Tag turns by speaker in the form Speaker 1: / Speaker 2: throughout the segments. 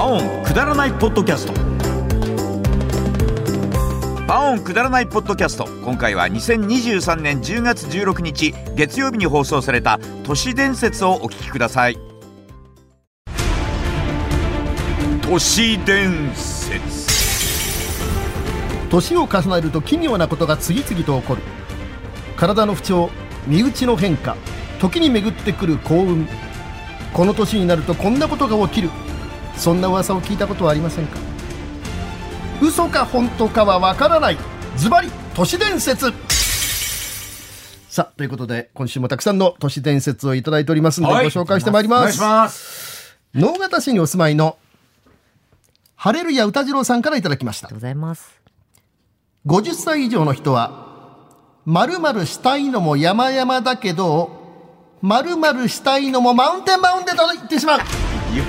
Speaker 1: オンくだらないポッドキャストパオンくだらないポッドキャスト今回は2023年10月16日月曜日に放送された都市伝説をお聞きください都市伝説
Speaker 2: 年を重ねると奇妙なことが次々と起こる体の不調身内の変化時に巡ってくる幸運この年になるとこんなことが起きるそんな噂を聞いたことはありませんか嘘か本当かはわからないズバリ都市伝説さあということで今週もたくさんの都市伝説をいただいておりますので、
Speaker 1: はい
Speaker 2: ご紹介してまいります
Speaker 1: ます
Speaker 2: 能形市にお住まいのハレルヤ歌次郎さんからいただきました
Speaker 3: ありがとうございます。
Speaker 2: 50歳以上の人は、〇〇したいのも山々だけど、〇〇したいのもマウンテンマウンテンと言ってしまう。
Speaker 1: 言っ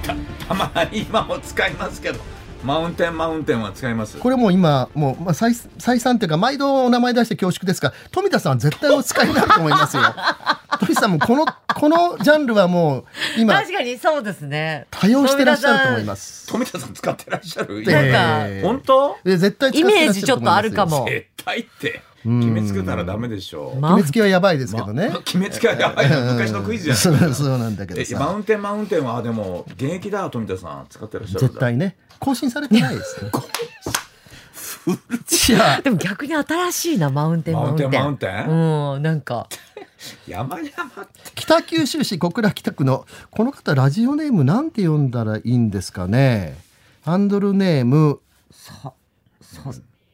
Speaker 1: てたたまに今も使いますけどマウンテンマウンテンは使います
Speaker 2: これもう今、もう、まあ、再再三というか、毎度お名前出して恐縮ですが、富田さんは絶対お使いになると思いますよ。 富田さんもこの、このジャンルはもう、今、
Speaker 3: 確かにそうですね。
Speaker 2: 多用してらっしゃると思います。
Speaker 1: 富田さん使ってらっしゃる
Speaker 3: 富田さん
Speaker 2: ええ
Speaker 1: 本当
Speaker 2: で絶対使ってらっしゃると思いますよ
Speaker 3: イメージちょっとあるかも
Speaker 1: 絶対って決めつけたらダメでしょう
Speaker 3: マ
Speaker 2: 決めつけはやばいですけどね。
Speaker 1: 決めつけはやばいな昔のクイズじ
Speaker 2: そ
Speaker 1: ゃ
Speaker 2: う
Speaker 1: ない
Speaker 2: そうなんだけど
Speaker 1: えマ
Speaker 2: さ。
Speaker 1: ウンテンマウンテンはでも現役だ富田さん使ってらっしゃるんだ
Speaker 2: 絶対ね。更新されてな いです ね。いや、
Speaker 3: でも逆に新しいな、マウンテンマウンテン。
Speaker 1: マウンテンマウンテ
Speaker 3: うん、なんか。
Speaker 1: 山々って
Speaker 2: 北九州市小倉北区のこの方ラジオネームなんて呼んだらいいんですかねハンドルネーム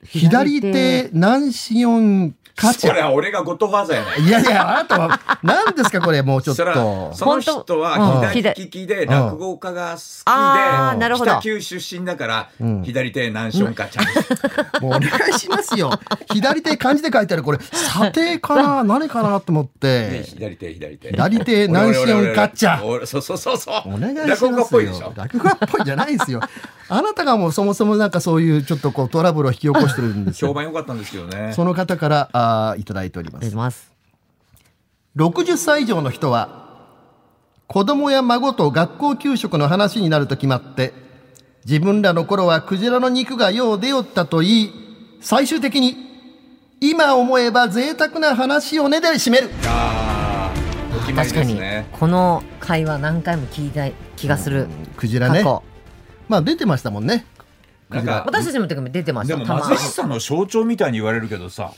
Speaker 2: 左手ナンシオンカチ
Speaker 1: それ
Speaker 2: ャ
Speaker 1: は俺がゴッドファーザーやない
Speaker 2: いやいやあなたは何ですかこれもうちょっ
Speaker 1: そ
Speaker 2: と
Speaker 1: らその人は
Speaker 3: 本当うん
Speaker 1: 左利きで
Speaker 2: ん
Speaker 1: 落語家が好き
Speaker 3: あーな
Speaker 1: で
Speaker 3: るほど
Speaker 1: 北九出身だから
Speaker 2: ん
Speaker 1: 左手何ションかちゃん
Speaker 2: もうお願いしますよ左手漢字で書いてあるこれ査定かな何かなと思 って
Speaker 1: ね左手左手
Speaker 2: 左手ナンシオンカッチャ
Speaker 1: 俺そうそうそうそう
Speaker 2: お願いします
Speaker 1: 落語家
Speaker 2: よ。
Speaker 1: っぽいでしょ
Speaker 2: 落語家っぽいじゃないですよ。 あなたがもうそもそもなんかそういうちょっとこうトラブルを引き起こしてるんですよ
Speaker 1: 評。判良かったんですけどね
Speaker 2: その方からあーいただいておりま
Speaker 3: 出
Speaker 2: す。
Speaker 3: ます。
Speaker 2: 60歳以上の人は、子供や孫と学校給食の話になると決まって、自分らの頃はクジラの肉がよう出よったと言い、最終的に、今思えば贅沢な話をねで締める。
Speaker 1: あーお決まり
Speaker 3: 確か
Speaker 1: です
Speaker 3: に
Speaker 1: ね、
Speaker 3: この会話何回も聞いた気がする。
Speaker 2: クジラ
Speaker 3: 過
Speaker 2: ね。
Speaker 3: 去。
Speaker 2: まあ出てましたもんね。
Speaker 1: なんか
Speaker 3: 私たちの時も出てまし
Speaker 1: で
Speaker 3: た、
Speaker 1: も
Speaker 3: たまに
Speaker 1: 貧し。さの象徴みたいに言われるけどさ、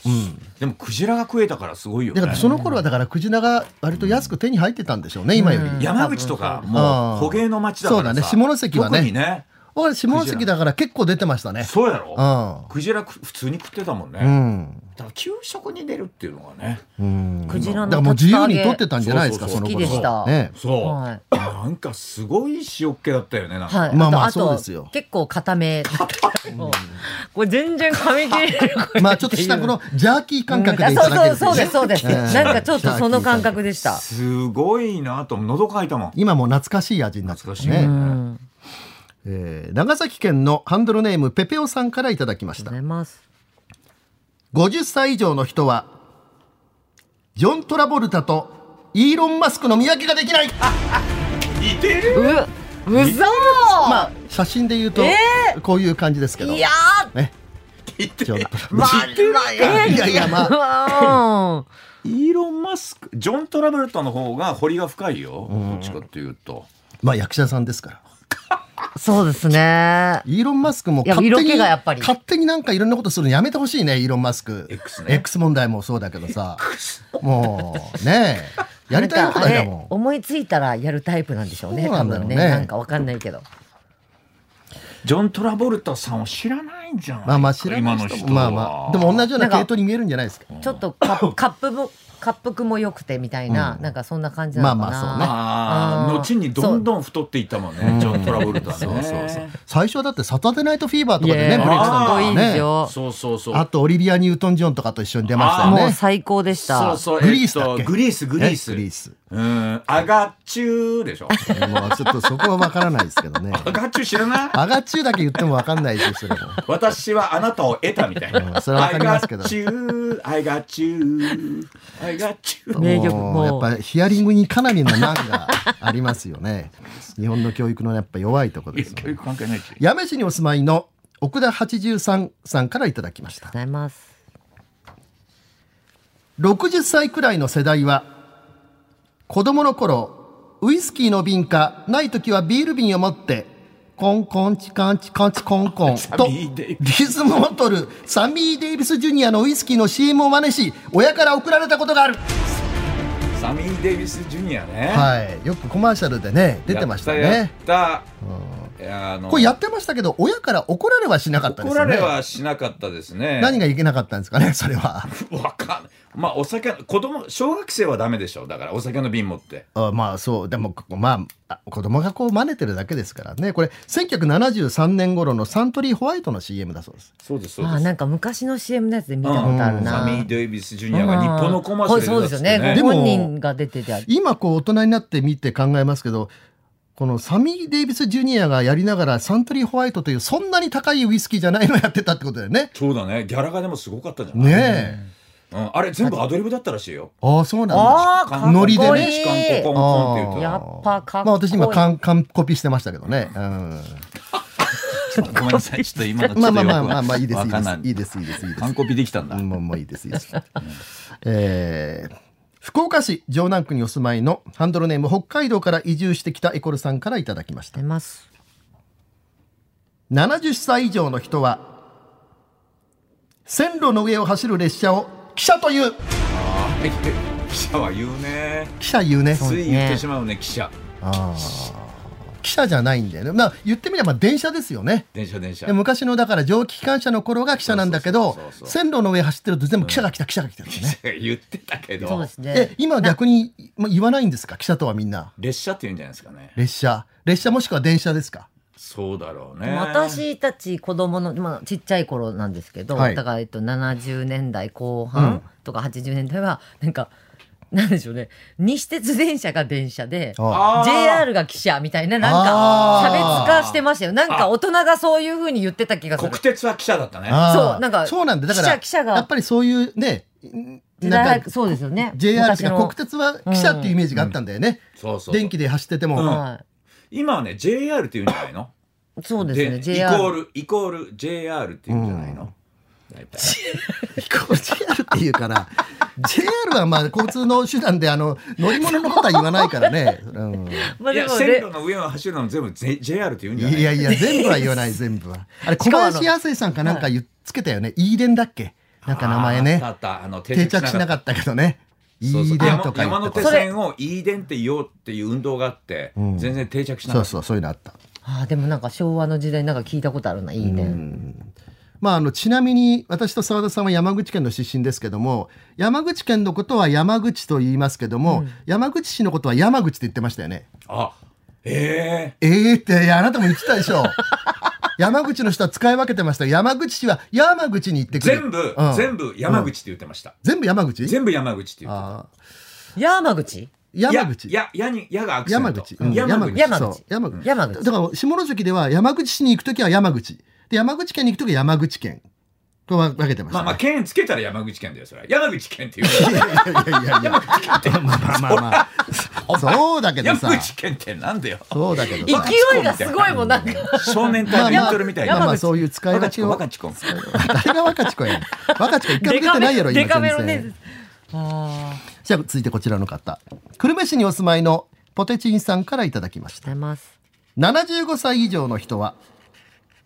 Speaker 1: でもクジラが食えたからすごいよ
Speaker 2: だから
Speaker 1: ね
Speaker 2: その頃はだからクジラが割と安く手に入ってたんでしょうね、今より。
Speaker 3: うん
Speaker 1: 山口とか
Speaker 2: あ
Speaker 1: もう
Speaker 2: ー
Speaker 1: 捕鯨の町だからさ
Speaker 2: そうだね下関はね
Speaker 1: 特にね
Speaker 2: 俺下関だから結構出てましたね。
Speaker 1: そうやろ
Speaker 2: あー
Speaker 1: クジラく普通に食ってたもんね、
Speaker 2: う
Speaker 1: だ
Speaker 2: ん。
Speaker 1: から給食に出るっていうのがね
Speaker 2: うん。
Speaker 3: クジ
Speaker 2: だ
Speaker 3: ラの
Speaker 2: からもう自由に取って
Speaker 3: た。
Speaker 2: たんじゃないですか、
Speaker 1: そう
Speaker 2: そ
Speaker 1: そう
Speaker 2: の
Speaker 1: そう
Speaker 2: 頃
Speaker 3: 好きでした
Speaker 2: ね。
Speaker 1: そう、
Speaker 3: はい
Speaker 1: なんかすごい塩っ気だったよねなんか、
Speaker 3: はい。
Speaker 2: まあまあ
Speaker 3: とと
Speaker 2: そうですよ
Speaker 3: 結構固め。うんこれ全然噛み切れる。
Speaker 2: まあちょっとしたこのジャーキー感覚でい
Speaker 3: そ
Speaker 2: た
Speaker 3: う
Speaker 2: だけ
Speaker 3: そ
Speaker 2: る
Speaker 3: うそうですそうです。
Speaker 2: ええ
Speaker 3: なんかちょっとその感覚でした。
Speaker 1: すごいなと喉乾いたもん
Speaker 2: 今もう懐かしい味になってま
Speaker 1: 懐か
Speaker 2: す
Speaker 1: しいね、
Speaker 2: ね。
Speaker 3: うん。あり
Speaker 2: えー長崎県のハンドルネームペペオさんからいただきまし
Speaker 3: がとう
Speaker 2: た
Speaker 3: ござ。います。
Speaker 2: 50歳以上の人は、ジョン・トラボルタとイーロン・マスクの見分けができない
Speaker 1: 似てる
Speaker 3: う、うそ
Speaker 2: まあ写真で言うと、
Speaker 3: え
Speaker 2: こういう感じですけど。
Speaker 3: ー。いや
Speaker 2: ね。
Speaker 1: 似て
Speaker 2: ジ
Speaker 1: る
Speaker 2: ョントラ
Speaker 3: ー。まあ
Speaker 1: 似てるか
Speaker 2: いやいやまあ
Speaker 3: あ。
Speaker 1: イーロン・マスクジョン・トラベルタの方が彫りが深いよ、どっちかっていうと
Speaker 2: まあ役者さんですから。
Speaker 3: そうですね。
Speaker 2: イーロン・マスクも
Speaker 3: いや
Speaker 2: 勝手に
Speaker 3: 色気がやっぱり
Speaker 2: 勝手になんかいろんなことするのやめてほしいねイーロン・マスク
Speaker 1: X ね
Speaker 2: X 問題もそうだけどさもうねえやりたい放題だ
Speaker 3: なんかあれ
Speaker 2: もん
Speaker 3: 思いついたらやるタイプなんでしょうね。
Speaker 2: そうなんだろうね
Speaker 3: 多分なんかわかんないけど。
Speaker 1: ジョン・トラボルタさんを知らないんじゃない
Speaker 2: まあまあ知らな
Speaker 1: 今
Speaker 2: い
Speaker 1: の
Speaker 2: 人
Speaker 1: 人
Speaker 2: も
Speaker 1: は
Speaker 2: まあまあでも同じような
Speaker 3: なんか
Speaker 2: 系統に見えるんじゃないですか
Speaker 3: ちょっとカップカップも滑腹も良くてみたいな、なんかそんな感じなのかな。
Speaker 2: まあまあそうね
Speaker 1: ああ
Speaker 3: あー
Speaker 1: 後にどんどん太っていったもんねジョン・トラボルタねそうそうそう
Speaker 2: 最初はだってサタデーナイトフィーバーとかで
Speaker 3: い
Speaker 2: ね
Speaker 3: や
Speaker 2: ブレイクしたんだ
Speaker 1: かっこいい
Speaker 2: ね
Speaker 3: ですよ
Speaker 1: そうそうそう
Speaker 2: あとオリビア・ニュートン・ジョンとかと一緒に出ましたよ
Speaker 3: もう
Speaker 2: ね
Speaker 3: 最高でした。
Speaker 1: そうそう
Speaker 2: グリースだっけ
Speaker 1: えっとグリースグリース
Speaker 2: ねグリース
Speaker 1: うんアガチューでしょ
Speaker 2: もうちょっとそこはわからないですけ どね
Speaker 1: アガチュー知らない
Speaker 2: アガチューだけ言ってもわかんないですよそれも
Speaker 1: 私はあなたを得たみたいな、
Speaker 2: うんそれはわかりますけど
Speaker 1: I got you I got you I got you
Speaker 3: 名曲
Speaker 2: もうやっ
Speaker 3: も う
Speaker 2: ぱりヒアリングにかなりの難がありますよね。日本の教育のやっぱ弱いところ
Speaker 1: いや
Speaker 2: です、
Speaker 1: 教育関係ないし
Speaker 2: 八女市にお住まいの奥田八十三さんからいただきまし
Speaker 3: ご
Speaker 2: た
Speaker 3: ざいます。
Speaker 2: 60歳くらいの世代は子供の頃ウイスキーの瓶かない時はビール瓶を持ってコンコンチカンチカンチコ ンコン
Speaker 1: サ
Speaker 2: と
Speaker 1: ミーデイ
Speaker 2: リズムを取るサミー・デイビス・ジュニアのウイスキーの CM を真似し親から送られたことがある
Speaker 1: サミー・デイビス・ジュニアね、
Speaker 2: はいよくコマーシャルでね出てました
Speaker 1: やっ
Speaker 2: ね
Speaker 1: たやったいやあの
Speaker 2: これやってましたけど親から怒られはしなかったです
Speaker 1: 怒
Speaker 2: よ
Speaker 1: ら
Speaker 2: ね
Speaker 1: れはしなかったですね
Speaker 2: 何がいけなかったんですかねそ れは
Speaker 1: わかんないまあお酒子供小学生はダメでしょだからお酒の瓶持って
Speaker 2: あまあそうでもまああ子供がこう真似てるだけですからねこれ1973年頃のサントリーホワイトの CM だそうです
Speaker 1: そうですそうです、
Speaker 3: まあなんか昔の CM のやつで見たことあるな。
Speaker 1: サミー・デイビス・ジュニアが日本のコマーシャル
Speaker 3: そう
Speaker 1: に
Speaker 3: です
Speaker 1: 出
Speaker 3: よ
Speaker 1: たっつって
Speaker 3: ね。
Speaker 2: で
Speaker 3: ご
Speaker 2: も
Speaker 3: 本人が出ててある。
Speaker 2: 今こう大人になってみて考えますけどこのサミー・デイビス・ジュニアがやりながらサントリーホワイトというそんなに高いウイスキーじゃないのやってたってことだよね
Speaker 1: そうだねギャラがでもすごかったじゃん、
Speaker 2: ねえ
Speaker 1: うん、あれ全部アドリブだったらしいよ
Speaker 2: ああそうなんだ
Speaker 3: ああ、かっ
Speaker 2: ノ
Speaker 3: こい
Speaker 2: リ
Speaker 3: い。
Speaker 2: でね
Speaker 1: しかんこコンコンって言うと
Speaker 3: やっぱかっ
Speaker 2: まあ
Speaker 3: こいい
Speaker 2: 私今カンカンコピーしてましたけどね、うん、
Speaker 1: ごめんなさい、ちょっと今のちょっと
Speaker 2: まあ
Speaker 1: よく
Speaker 2: まあ
Speaker 1: わ
Speaker 2: まあまあまあいいです
Speaker 1: わ
Speaker 2: いい
Speaker 1: か
Speaker 2: で
Speaker 1: んな
Speaker 2: すいいですいいですいいです
Speaker 1: 完コピできたんだ。
Speaker 2: もうもういいですいいです。えー福岡市城南区にお住まいのハンドルネーム北海道から移住してきたエコルさんからいただきました
Speaker 3: 出ます。
Speaker 2: 70歳以上の人は線路の上を走る列車を汽車という
Speaker 1: 記者は言うね。
Speaker 2: 汽車言うね
Speaker 1: つい言ってしまうね、記者。
Speaker 2: あー汽車じゃないんだよね、まあ、言ってみれば電車ですよね
Speaker 1: 電車電車
Speaker 2: で。昔のだから蒸気機関車の頃が汽車なんだけ
Speaker 1: そ
Speaker 2: ど
Speaker 1: うそうそうそう
Speaker 2: 線路の上走ってると全部汽車が来た汽車が来たんですね、
Speaker 1: 言ってたけ
Speaker 3: そう
Speaker 1: ど
Speaker 3: で、す
Speaker 2: え
Speaker 3: ね。
Speaker 2: 今逆にまあ言わないんですか汽車とはみんな
Speaker 1: 列車って言うんじゃないですかね。
Speaker 2: 列車列車もしくは電車ですか
Speaker 1: そうだろう
Speaker 3: で
Speaker 1: ね。
Speaker 3: も私たち子供の、まあ、ちっちゃい頃なんですけど、
Speaker 2: はい
Speaker 3: だから、えっと、70年代後半とか80年代はなんか、なんでしょうね西鉄電車が電車で
Speaker 2: あ
Speaker 1: あー
Speaker 3: JR が汽車みたいななん
Speaker 2: あ
Speaker 3: か差
Speaker 2: ー
Speaker 3: 別化してましたよなんか大人がそういうふうに言ってた気がする
Speaker 1: 国鉄は記者だったね。
Speaker 2: あー
Speaker 3: そうなんか
Speaker 2: そうなんでだか
Speaker 3: 記
Speaker 2: ら
Speaker 3: 者記者が
Speaker 2: やっぱりそういうね
Speaker 3: 時代
Speaker 2: なん
Speaker 3: は
Speaker 2: か
Speaker 3: そうですよね
Speaker 2: JR と
Speaker 3: 昔
Speaker 2: か
Speaker 3: の
Speaker 2: 国鉄は記者っていうイメージがあったんだよね、
Speaker 1: そうそう。
Speaker 2: 電気で走ってても、
Speaker 1: うん
Speaker 3: はい
Speaker 1: 今はね、JR って言うんじゃないの
Speaker 3: そうですね
Speaker 1: イコー
Speaker 3: JR
Speaker 1: ル、イコール JR って言うんじゃないの大体。
Speaker 2: こう JR っていうから JR はまあ交通の手段であの乗り物のことは言わないからね、うん、
Speaker 3: まあ
Speaker 1: い
Speaker 3: で
Speaker 1: や、
Speaker 3: も
Speaker 1: 線
Speaker 3: ね
Speaker 1: 路の上を走るのも全部 J- JR って言うんじゃない
Speaker 2: いやいや全部は言わない全部はあれ小林亜生さんかなんか言っつけたよね「イーデン」だっけなんか名前
Speaker 1: あっ
Speaker 2: ね
Speaker 1: たあったあの、
Speaker 2: 定着しな
Speaker 1: った
Speaker 2: かったけどね「イ
Speaker 1: そうそう
Speaker 2: ーデン」とか
Speaker 1: 山山
Speaker 2: 言って
Speaker 1: 手
Speaker 2: た
Speaker 1: 線を「イーデン」って言おうっていう運動があって、
Speaker 2: ん
Speaker 1: 全然定着しな
Speaker 2: そ
Speaker 1: かっ
Speaker 2: う
Speaker 1: た
Speaker 2: そうそういうのあった
Speaker 3: あーでもなんか昭和の時代なんか聞いたことあるないいね
Speaker 2: まあ、あのちなみに私と澤田さんは山口県の出身ですけども山口県のことは山口と言いますけども、山口市のことは山口って言ってましたよね。
Speaker 1: あえ
Speaker 2: えーっていやあなたも言ってた でしょ山口の人は使い分けてましたよ山口市は山口に行って
Speaker 1: え
Speaker 2: くる
Speaker 1: 全部、
Speaker 2: うん
Speaker 1: 全部山口って言ってました、
Speaker 2: 全部山口
Speaker 1: 全部山口って言ってた
Speaker 2: あー
Speaker 3: 山口
Speaker 2: 山口
Speaker 1: やややにやがアクセント
Speaker 2: 山口うん
Speaker 1: 山口
Speaker 3: 山口
Speaker 2: そう山口
Speaker 3: 山口
Speaker 2: だから下関では山口市に行くときは山口で山口県に行くときは山口県と分けてまし
Speaker 1: ま
Speaker 2: た、
Speaker 1: あ
Speaker 2: ね
Speaker 1: まあ県つけたら山口県だよそれは山口県って言う
Speaker 2: いやいやいやいやいや
Speaker 1: よ
Speaker 2: まあまあまあまあそうだけどさ
Speaker 1: 山口県ってなんだよ
Speaker 2: そうだけどさ
Speaker 3: 勢いがすごいもんなんか
Speaker 1: 少年隊のイントロみたい
Speaker 2: まあ
Speaker 1: な
Speaker 2: まあそういう使い分
Speaker 1: 若ち
Speaker 2: け
Speaker 1: こ
Speaker 2: を
Speaker 1: 若ちこ
Speaker 2: 誰が若ちこやねん若ちこ一回も出てないやろ
Speaker 3: デカ
Speaker 2: 今
Speaker 3: め
Speaker 2: 全
Speaker 3: の
Speaker 2: 然
Speaker 3: ねああ
Speaker 2: じゃあ続いてこちらの方久留米市にお住まいのポテチンさんからいただきました
Speaker 3: 出ます
Speaker 2: 75歳以上の人は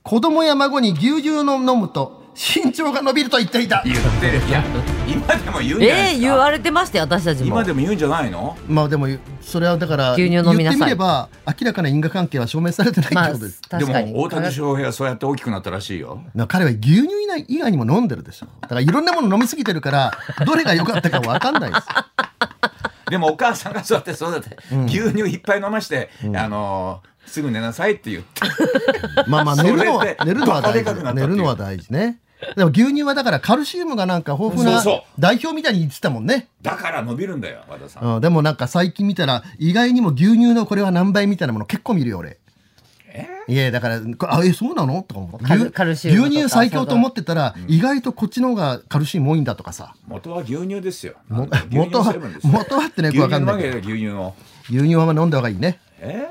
Speaker 2: 子供や孫に牛乳の飲むと身長が伸びると言っていた
Speaker 1: 言ってるいや今でも言うんじゃないで
Speaker 3: えー、
Speaker 1: す
Speaker 3: 言
Speaker 1: か、
Speaker 3: われてましたよ私たちも
Speaker 1: 今でも言うんじゃないの
Speaker 2: まあでもそれはだから
Speaker 3: 牛乳飲みな
Speaker 2: 言っ
Speaker 3: さい
Speaker 2: てみれば明らかな因果関係は証明されてないって
Speaker 3: まあ
Speaker 2: ことです、
Speaker 1: で
Speaker 3: 確かに
Speaker 1: も大谷翔平はそうやって大きくなったらしいよ
Speaker 2: な彼は牛乳以外以外にも飲んでるでしょだからいろんなもの飲みすぎてるからどれが良かったか分かんないです
Speaker 1: でもお母さんがそうやってそうだって、牛乳いっぱい飲まして、あのーすぐ寝なさいって言って
Speaker 2: まあまあ寝る
Speaker 1: そ
Speaker 2: の
Speaker 1: れ
Speaker 2: は
Speaker 1: で
Speaker 2: 寝るの
Speaker 1: バ
Speaker 2: は大
Speaker 1: カでかくなったっ
Speaker 2: 事
Speaker 1: てい
Speaker 2: 寝
Speaker 1: う
Speaker 2: るのは大事ねでも牛乳はだからカルシウムがなんか豊富な
Speaker 1: そうそう
Speaker 2: 代表みたいに言ってたもんね、
Speaker 1: だから伸びるんだよ和田さん、
Speaker 2: うん、でもなんか最近見たら意外にも牛乳のこれは何倍みたいなもの結構見るよ俺
Speaker 1: え
Speaker 2: いやだからこあえそうなのとか思って
Speaker 3: カル
Speaker 2: 牛
Speaker 3: カルシウムとか
Speaker 2: 牛乳最強と思ってたら意外とこっちの方がカルシウム多いんだとかさ
Speaker 1: 元は牛乳ですよ
Speaker 2: も
Speaker 1: あの牛
Speaker 2: 元
Speaker 1: 乳
Speaker 2: は
Speaker 1: 成分ですよ
Speaker 2: 元はってねよく
Speaker 1: 牛
Speaker 2: 分か
Speaker 1: 乳の
Speaker 2: んな
Speaker 1: わ
Speaker 2: いけ
Speaker 1: け
Speaker 2: ど
Speaker 1: で牛乳を
Speaker 2: 牛乳はあんま飲んだ方がいいね
Speaker 1: え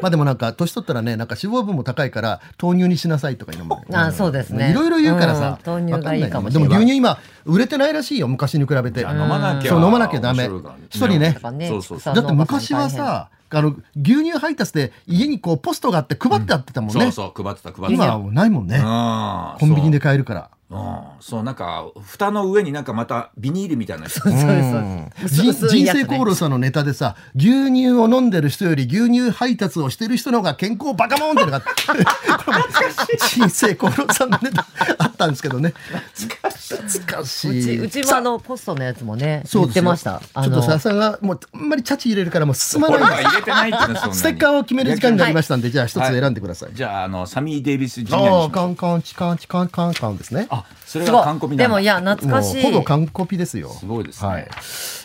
Speaker 2: まあでもなんか年取ったらねなんか脂肪分も高いから豆乳にしなさいとか言うのも
Speaker 3: あーそうですね
Speaker 2: いろいろ言うからさ、
Speaker 3: うん豆乳がいいかもしれな
Speaker 2: わ
Speaker 3: い
Speaker 2: んでも牛乳今売れてないらしいよ昔に比べて
Speaker 1: いや飲まなきゃ
Speaker 2: そう飲まなきゃダメ
Speaker 1: 面白いからね
Speaker 2: 一人ね
Speaker 3: やっぱね
Speaker 1: そうそうそ
Speaker 2: だって昔はさあの牛乳配達で家にこうポストがあって配ってあってたもんね、
Speaker 1: そうそう配ってた配って
Speaker 2: 今
Speaker 1: た
Speaker 2: はもうないもんね、
Speaker 1: うん
Speaker 2: コンビニで買えるか
Speaker 1: そう
Speaker 2: ら
Speaker 1: うんそうなんか蓋の上になんかまたビニールみたいなやつ
Speaker 3: そうですそうです
Speaker 2: 人
Speaker 3: 薄
Speaker 2: 人
Speaker 3: いやつね
Speaker 2: 生功労さんのネタでさ牛乳を飲んでる人より牛乳配達をしてる人の方が健康バカモンってのがあってこれも人生功労さんのネタあったんですけどね懐かし
Speaker 3: うち
Speaker 2: いう
Speaker 3: ちも
Speaker 2: さ
Speaker 3: あのポストのやつもね
Speaker 2: そう
Speaker 3: 売っ
Speaker 2: です
Speaker 3: て
Speaker 2: よ
Speaker 3: ましたあ
Speaker 2: ちょっ
Speaker 3: の
Speaker 2: とささんがもうあんまりチャチ入れるからもう進ま
Speaker 1: 俺
Speaker 2: な
Speaker 1: はい入れてないってねそんなに
Speaker 2: ステッカーを決める時間になりましたんで、じゃあ一つ
Speaker 1: はい
Speaker 2: 選んでください、
Speaker 1: じゃああのサミー・デイビス・ジュニアに
Speaker 2: あ
Speaker 1: し
Speaker 2: あ
Speaker 1: ます
Speaker 2: カンカンチカンチカンカンカンですね
Speaker 1: あそれ
Speaker 3: す
Speaker 1: が
Speaker 3: ご
Speaker 1: 完コピ
Speaker 3: い
Speaker 1: な
Speaker 3: で
Speaker 1: んだ
Speaker 3: もいや懐かしい
Speaker 2: もうほぼ完コピですよ。
Speaker 1: すごいですね
Speaker 2: は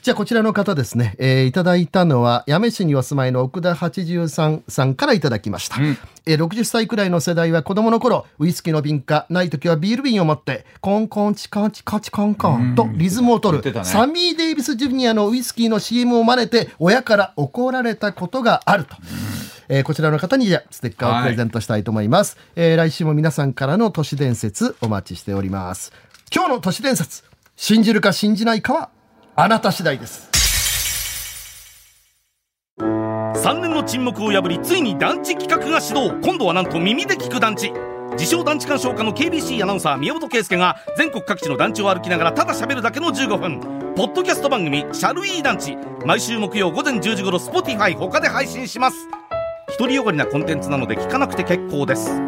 Speaker 2: じゃあこちらの方ですね、えーいただいたのは八女市にお住まいの奥田八十三さんからいただきました。えー60歳くらいの世代は子供の頃ウイスキーの瓶かない時はビール瓶を持ってコンコンチカンチカチカンカンとリズムを取
Speaker 1: 言って
Speaker 2: る、
Speaker 1: たね
Speaker 2: サミー・デイビス・ジュニアのウイスキーの CM を真似て親から怒られたことがあると。えーこちらの方にじゃあステッカーをプレゼントしたいと思います、えー来週も皆さんからの都市伝説お待ちしております今日の都市伝説信じるか信じないかはあなた次第です
Speaker 4: 3年の沈黙を破りついに団地企画が始動今度はなんと耳で聞く団地自称団地鑑賞家の KBC アナウンサー宮本圭介が全国各地の団地を歩きながらただ喋るだけの15分ポッドキャスト番組「シャルイー団地」毎週木曜午前10時頃 Spotify 他で配信します独りよがりなコンテンツなので聞かなくて結構です